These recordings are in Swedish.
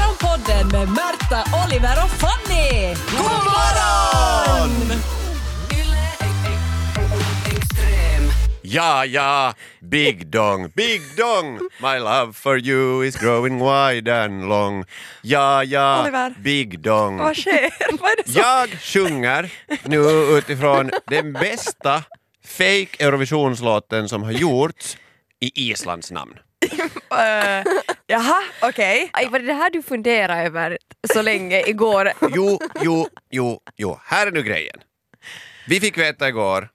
Morgonpodden med Märta, Oliver och Fanny! God morgon! Ja, ja, big dong, big dong My love for you is growing wide and long Ja, ja, Oliver. big dong Vad sker? Vad är det som... Jag sjunger nu utifrån den bästa fake Eurovisionslåten som har gjorts i Islands namn. Eh, jaha, okej. Aj, var det det här du funderade över så länge igår? Jo, jo, jo, jo. Här är nu grejen. Vi fick veta igår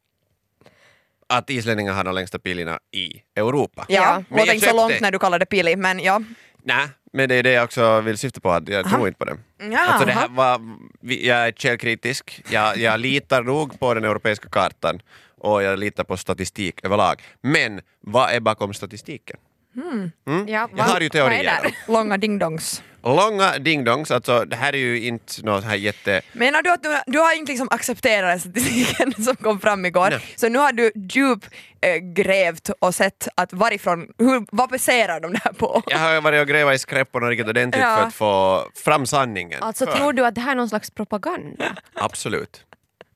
att islänningar har de längsta pilarna i Europa. Ja, Men jag jag tänkte så köpte- långt när du kallade det pili, men ja. Nej, men det är det jag också vill syfta på, att jag tror inte på det. ja Alltså det här var, vi- jag är källkritisk, jag, jag litar nog på den europeiska kartan och jag litar på statistik överlag. Men vad är bakom statistiken? Ja, Jag har ju teorier. där? Långa dingdongs. Långa dingdongs, alltså det här är ju inte något här jätte... Menar du att du, du har inte liksom accepterat statistiken som kom fram igår? Nej. Så nu har du djup eh, grävt och sett att varifrån, hur, vad baserar de det här på? Jag har varit och grävt i skräpporna riktigt ordentligt Ja. för att få fram sanningen. Alltså För- tror du att det här är någon slags propaganda? Absolut.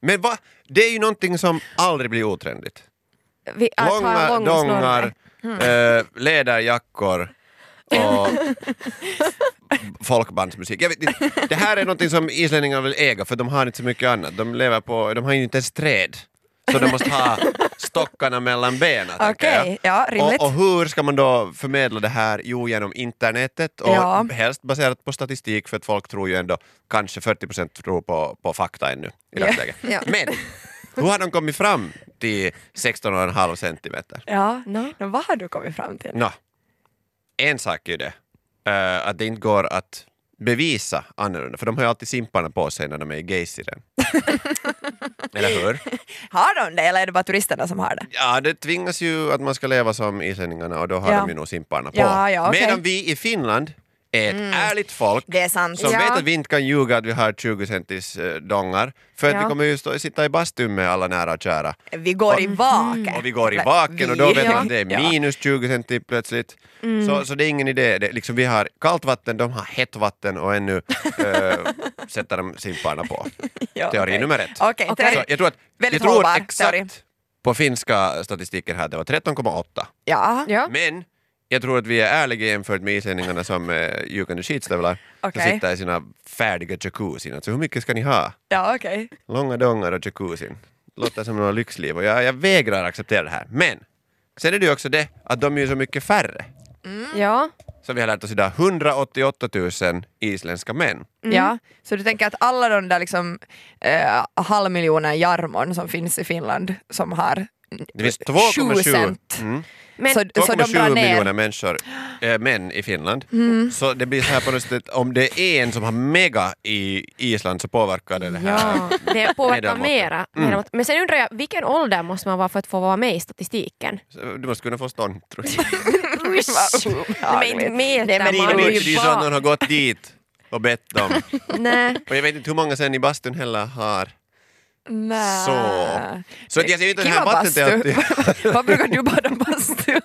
Men va? det är ju någonting som aldrig blir otrendigt. Vi, Äh, att ha Långa lång och dongar, snorre. Mm. eh, läderjackor och folkbandsmusik. Jag vet inte. Det här är någonting som islänningar vill äga för de har inte så mycket annat. De lever på, de har ju inte ens träd. Så de måste ha stockarna mellan benen. tänker jag. Okej, ja, rimligt. Och, och hur ska man då förmedla det här? Jo, genom internetet och Ja. helst baserat på statistik för att folk tror ju ändå, kanske 40 procent tror på, på fakta ännu i dagsläget. ja. Men hur har de kommit fram till 16,5 centimeter? Ja, Nå. men vad har du kommit fram till? Nå, en sak är ju det, eh, att det inte går att bevisa annorlunda, för de har ju alltid simparna på sig när de är i gaysidan. Eller hur? Har de det eller är det bara turisterna som har det? Ja, det tvingas ju att man ska leva som islänningarna och då har Ja. de ju nog simparna på. Ja, ja, okej. Mm. Medan vi i Finland är ett ärligt folk Det är sant. som Ja. vet att vi inte kan ljuga att vi har 20 centis eh, dongar för att Ja. vi kommer ju stå, sitta i bastun med alla nära och kära. Vi går i vaken. Mm. Och vi går i vaken och då Mm. Vi- vet man att det Ja. Mm. är minus 20 centi plötsligt. Så, så det är ingen idé. Det, är liksom, vi har kallt vatten, de har hett vatten och ännu eh, sätter de simparna på. Ja, Teori okej. nummer ett. Okej, Okej. teori- Så jag tror, att, jag Väldigt tror hållbar exakt teori. på finska statistiken här, det var 13,8. Ja. Ja. Men jag tror att vi är ärliga jämfört med islänningarna som eh, ljugande skitstövlar som Okej. sitter i sina färdiga jacuzzin. Alltså hur mycket ska ni ha? Ja, okej. Långa dongar och jacuzzin. Låter som några lyxliv och jag, jag vägrar acceptera det här. Men sen är det ju också det att de är ju så mycket färre. Mm. Ja. Som vi har lärt oss idag, 188 000 isländska män. Mm. Ja, så du tänker att alla de där liksom, eh, halvmiljoner jarmon som finns i Finland som har Det finns 7 2,7 cent, mm, Men, så, så de drar 2,7 miljoner ner. människor, äh, män i Finland. Mm. Så det blir så här på något sätt, om det är en som har mega i Island så påverkar det det här. ja. Det påverkar Medelmåttan. mera. Mm. medelmåttan. Men sen undrar jag, vilken ålder måste man vara för att få vara med i statistiken? Så Du måste kunna få stånd, tror jag. Vad Men inte obehagligt. mäter Nej, men Det det man är är ju ju så att någon barn. har gått dit och bett dem. Nej. Och jag vet inte hur många sen i bastun heller har. Nä. Så. Så att jag ser ju inte den här Kiva vattenteatern. bastu. Vad brukar du bada bastu?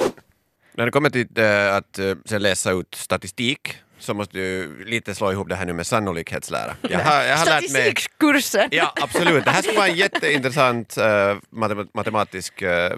När det kommer till eh, att eh, sen läsa ut statistik så måste du lite slå ihop det här nu med sannolikhetslära. Jag har, jag har lärt mig... Statistikkursen. Ja, absolut. Det här skulle vara en jätteintressant eh, matem- matematisk eh,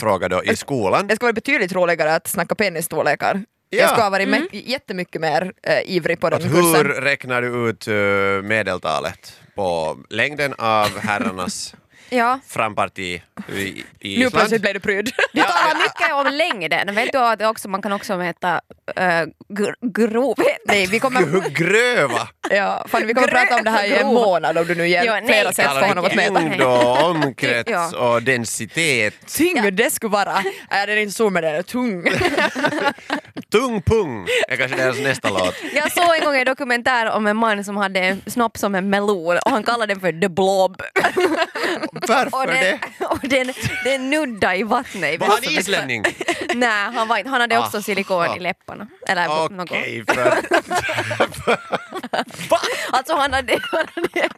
fråga då i skolan. Det skulle vara betydligt roligare att snacka pennisstorlekar. Ja. Jag skulle ha varit Mm. me- jättemycket mer eh, ivrig på den Att hur kursen. räknar du ut eh, medeltalet på längden av herrarnas Ja. framparti i, i Nu plötsligt Island? blev du pryd. Du talar mycket om längden. Vet du att också, man kan också mäta äh, gr- grovhet? Nej, vi kommer Hur gröva! Ja, fan, vi kommer Grö- prata om det här i en grov. månad om du nu ger Ja, nej, flera sätt tack. för honom att mäta. Nej. Tyngd och omkrets Ja. och densitet. Tyngd det skulle vara. Är den inte stor men den är tung. Tung pung är kanske deras nästa låt. Jag såg en gång en dokumentär om en man som hade en snopp som en melon och han kallade den för the blob. Varför Och den, det? och den, den nuddade i vattnet. i Var han Västerbotten. islänning? Nej, han, var, inte- han hade också Aha. silikon i läpparna. Eller något. Okej, för att- Alltså han hade, han, hade,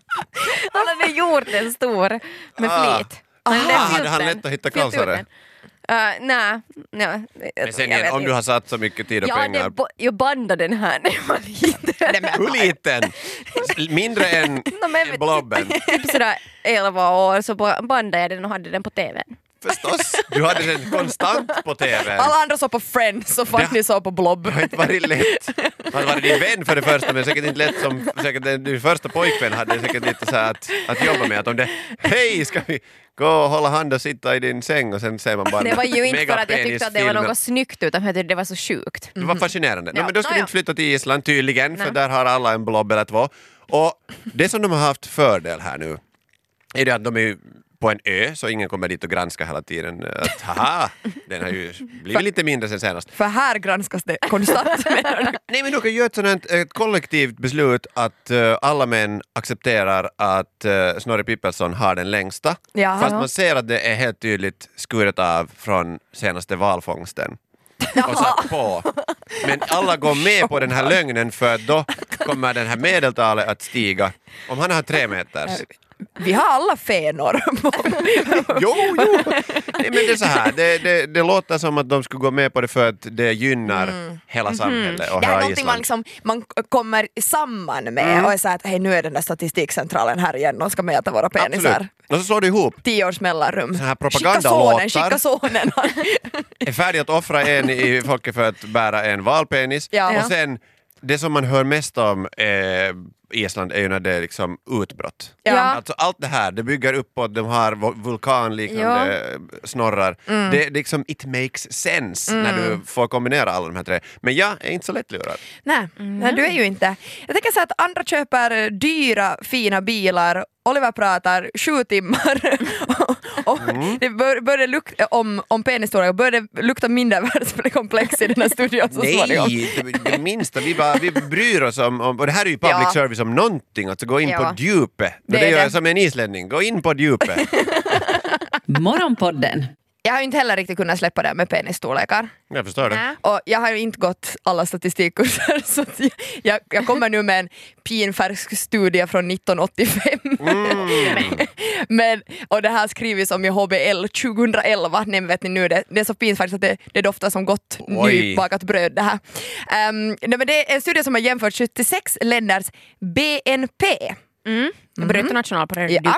han hade gjort den stor med Ah. flit. Ah, den hade han filten- lätt att hitta filtuten. kalsare? Eh, nej, nej. Men sen jag igen, vet om inte. du har satt så mycket tid och jag, pengar. hade, bo- jag bandade den här när jag var liten. Nej, men- Hur liten? S- Mindre än No, men- än blobben. Typ sådär 11 år så ba- bandade jag den och hade den på TVn. Förstås. Du hade den konstant på TVn. Alla andra såg på Friends så Fanny Ja. såg på Blob. Det har inte varit lätt. Han hade varit din vän för det första men säkert inte lätt som säkert den- din första pojkvän hade säkert lite så här att, att jobba med. Att om det, hej ska vi gå och hålla hand och sitta i din säng och sen ser man bara Det var ju inte för att jag tyckte att det var megapenisfilmer. något snyggt utan för att jag tyckte det var så sjukt. Det var fascinerande. Ja, No, men då ska du nåja. inte flytta till Island tydligen, för Nej. där har alla en blob eller två. Och det som de har haft fördel här nu är det att de är ju på en ö, så ingen kommer dit och granskar hela tiden. Att, haha, den har ju blivit lite mindre sen senast. För här granskas det konstant. menar du? Nej men du kan göra ett sådant ett kollektivt beslut att eh, alla män accepterar att uh, Snorre Pippelsson har den längsta. Jaha. Fast man ser att det är helt tydligt skuret av från senaste valfångsten. Och satt på. Men alla går med på den här lögnen för att då kommer den här medeltalet att stiga. Om han har tre meters. Vi har alla fenor. Jo, jo! Nej, men det är så här, det, det, det låter som att de skulle gå med på det för att det gynnar hela samhället och Mm. Mhm. det här är hela någonting man, Island. liksom, man k- kommer samman med och är så här att hej, nu är den där statistikcentralen här igen, de ska mäta våra penisar. Absolut. Och så slår du ihop Tio års mellanrum. här skicka sonen, propagandalåtar. skicka sonen. är färdig att offra en i folket för att bära en valpenis. Ja. Och sen, det som man hör mest om eh, Island är ju när det är liksom utbrott. Ja. Alltså allt det här, det bygger uppåt, de har vo- vulkanliknande snorrar. Det är liksom, it makes sense när du får kombinera alla de här tre. Men jag är inte så lättlurad. Nej, nej, du är ju inte. Jag tänker så här att andra köper eh, dyra fina bilar, Oliver pratar sju timmar och, och det bör, började lukta om, om penisstorlek och började lukta mindre världskomplex i den här studion så småningom. Nej, det, det minsta. Vi, bara, vi bryr oss om, om... Och det här är ju public Ja. service om någonting, alltså gå in Ja. på djupet. Det, Det är det gör det. jag som en islänning, gå in på djupet. Morgonpodden Jag har ju inte heller riktigt kunnat släppa det här med penisstorlekar. Jag förstår det. Nej. Och jag har ju inte gått alla statistikkurser så att jag- jag, jag kommer nu med en pinfärsk studie från 1985. Men, och det här skrivs om i HBL 2011, nej men vet ni nu, det, det är så pinfärskt att det, det doftar som gott Oj. nybakat bröd det här. Ehm, nej men det är en studie som har jämfört 76 länders BNP. Mm. Bruttonationalprodukt. Ja.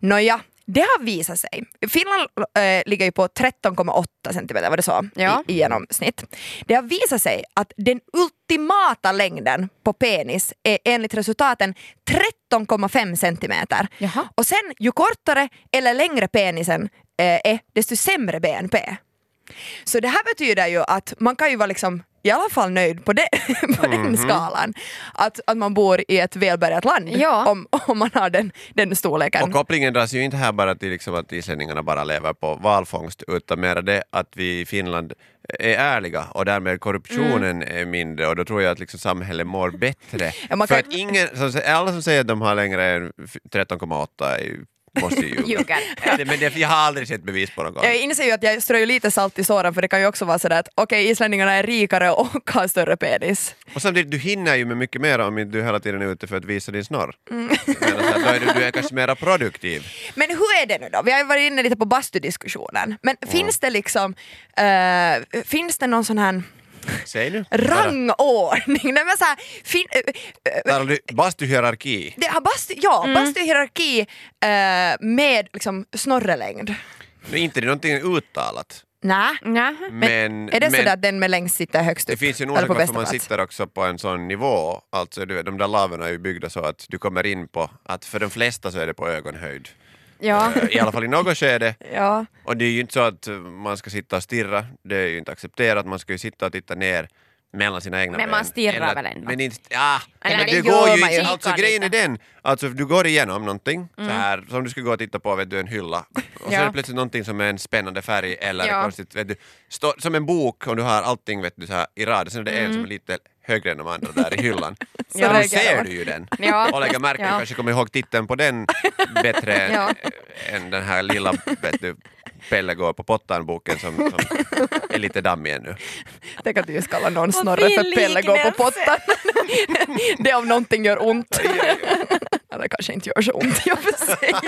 Nåja, det har visat sig. Finland eh, ligger ju på 13,8 centimeter, var det så? Ja. I, I genomsnitt. Det har visat sig att den ultimata längden på penis är enligt resultaten 13,5 centimeter. Jaha. Och sen, ju kortare eller längre penisen eh, är, desto sämre BNP. Så det här betyder ju att man kan ju vara liksom i alla fall nöjd på, det, på den Mhm. skalan. Att, att man bor i ett välbärgat land Ja. om, om man har den, den storleken. Och kopplingen dras ju inte här bara till liksom att islänningarna bara lever på valfångst utan mer det att vi i Finland är ärliga och därmed korruptionen är mindre och då tror jag att liksom samhället mår bättre. Mm. Ja, man För kan- att ingen, som- alla som säger att de har längre än f- 13,8 är ju- måste ju ljuga. Ljuger. Det- Men det, jag har aldrig sett bevis på något. Jag inser ju att jag strör ju lite salt i såren för det kan ju också vara sådär att okej islänningarna är rikare och har större penis. Och samtidigt, du hinner ju med mycket mer om inte du hela tiden är ute för att visa din snorr. Mm. Jag menar så här, Då är du, du är kanske mera produktiv. Men hur är det nu då? Vi har ju varit inne lite på bastudiskussionen. Men finns det liksom, eh, finns det någon sån här Säg nu. rangordning? Nej, men så här, fin, eh, eh, Där har du bastuhierarki. det har bastu, ja, Mm. bastuhierarki eh, med liksom snorrelängd. Men inte det är någonting uttalat. Nej. Jaha. Men, Är det men sådär att den med längst sitter högst upp? det finns ju en Eller orsak på varför bästa man plats? sitter också på en sån nivå. Alltså du vet, de där laverna är ju byggda så att du kommer in på att för de flesta så är det på ögonhöjd. Ja. Eh, I alla fall i något skede. Ja. Och det är ju inte så att eh, man ska sitta och stirra. Det är ju inte accepterat. Man ska ju sitta och titta ner mellan sina egna Men ben. man stirrar Eller- väl ändå? Men, inte, ja, Eller men det det gör går ju man ju. inte. Alltså Kikar grejen är lite. den. Alltså du går igenom någonting så här som du skulle gå och titta på vet du, en hylla. Och så Ja. är det plötsligt någonting som är en spännande färg eller Ja. konstigt. Vet du, stå, som en bok och du har allting vet du, så här, i rad. Sen är det Mm. en som är lite högre än de andra där i hyllan. Så Ja. då reagerar ser man. du ju den. Ja. Och lägger märke, Ja. kanske kommer ihåg titeln på den bättre än, Ja. än den här lilla vet du, Pelle går på pottan-boken som, som är lite dammig ännu. Tänk att du just kallar någon Vad snorre för fin Pelle går på liknelse. pottan. det om någonting gör ont. Eller kanske inte gör så ont i och för sig.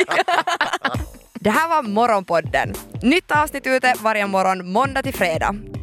Det här var Morgonpodden. Nytt avsnitt ute varje morgon måndag till fredag.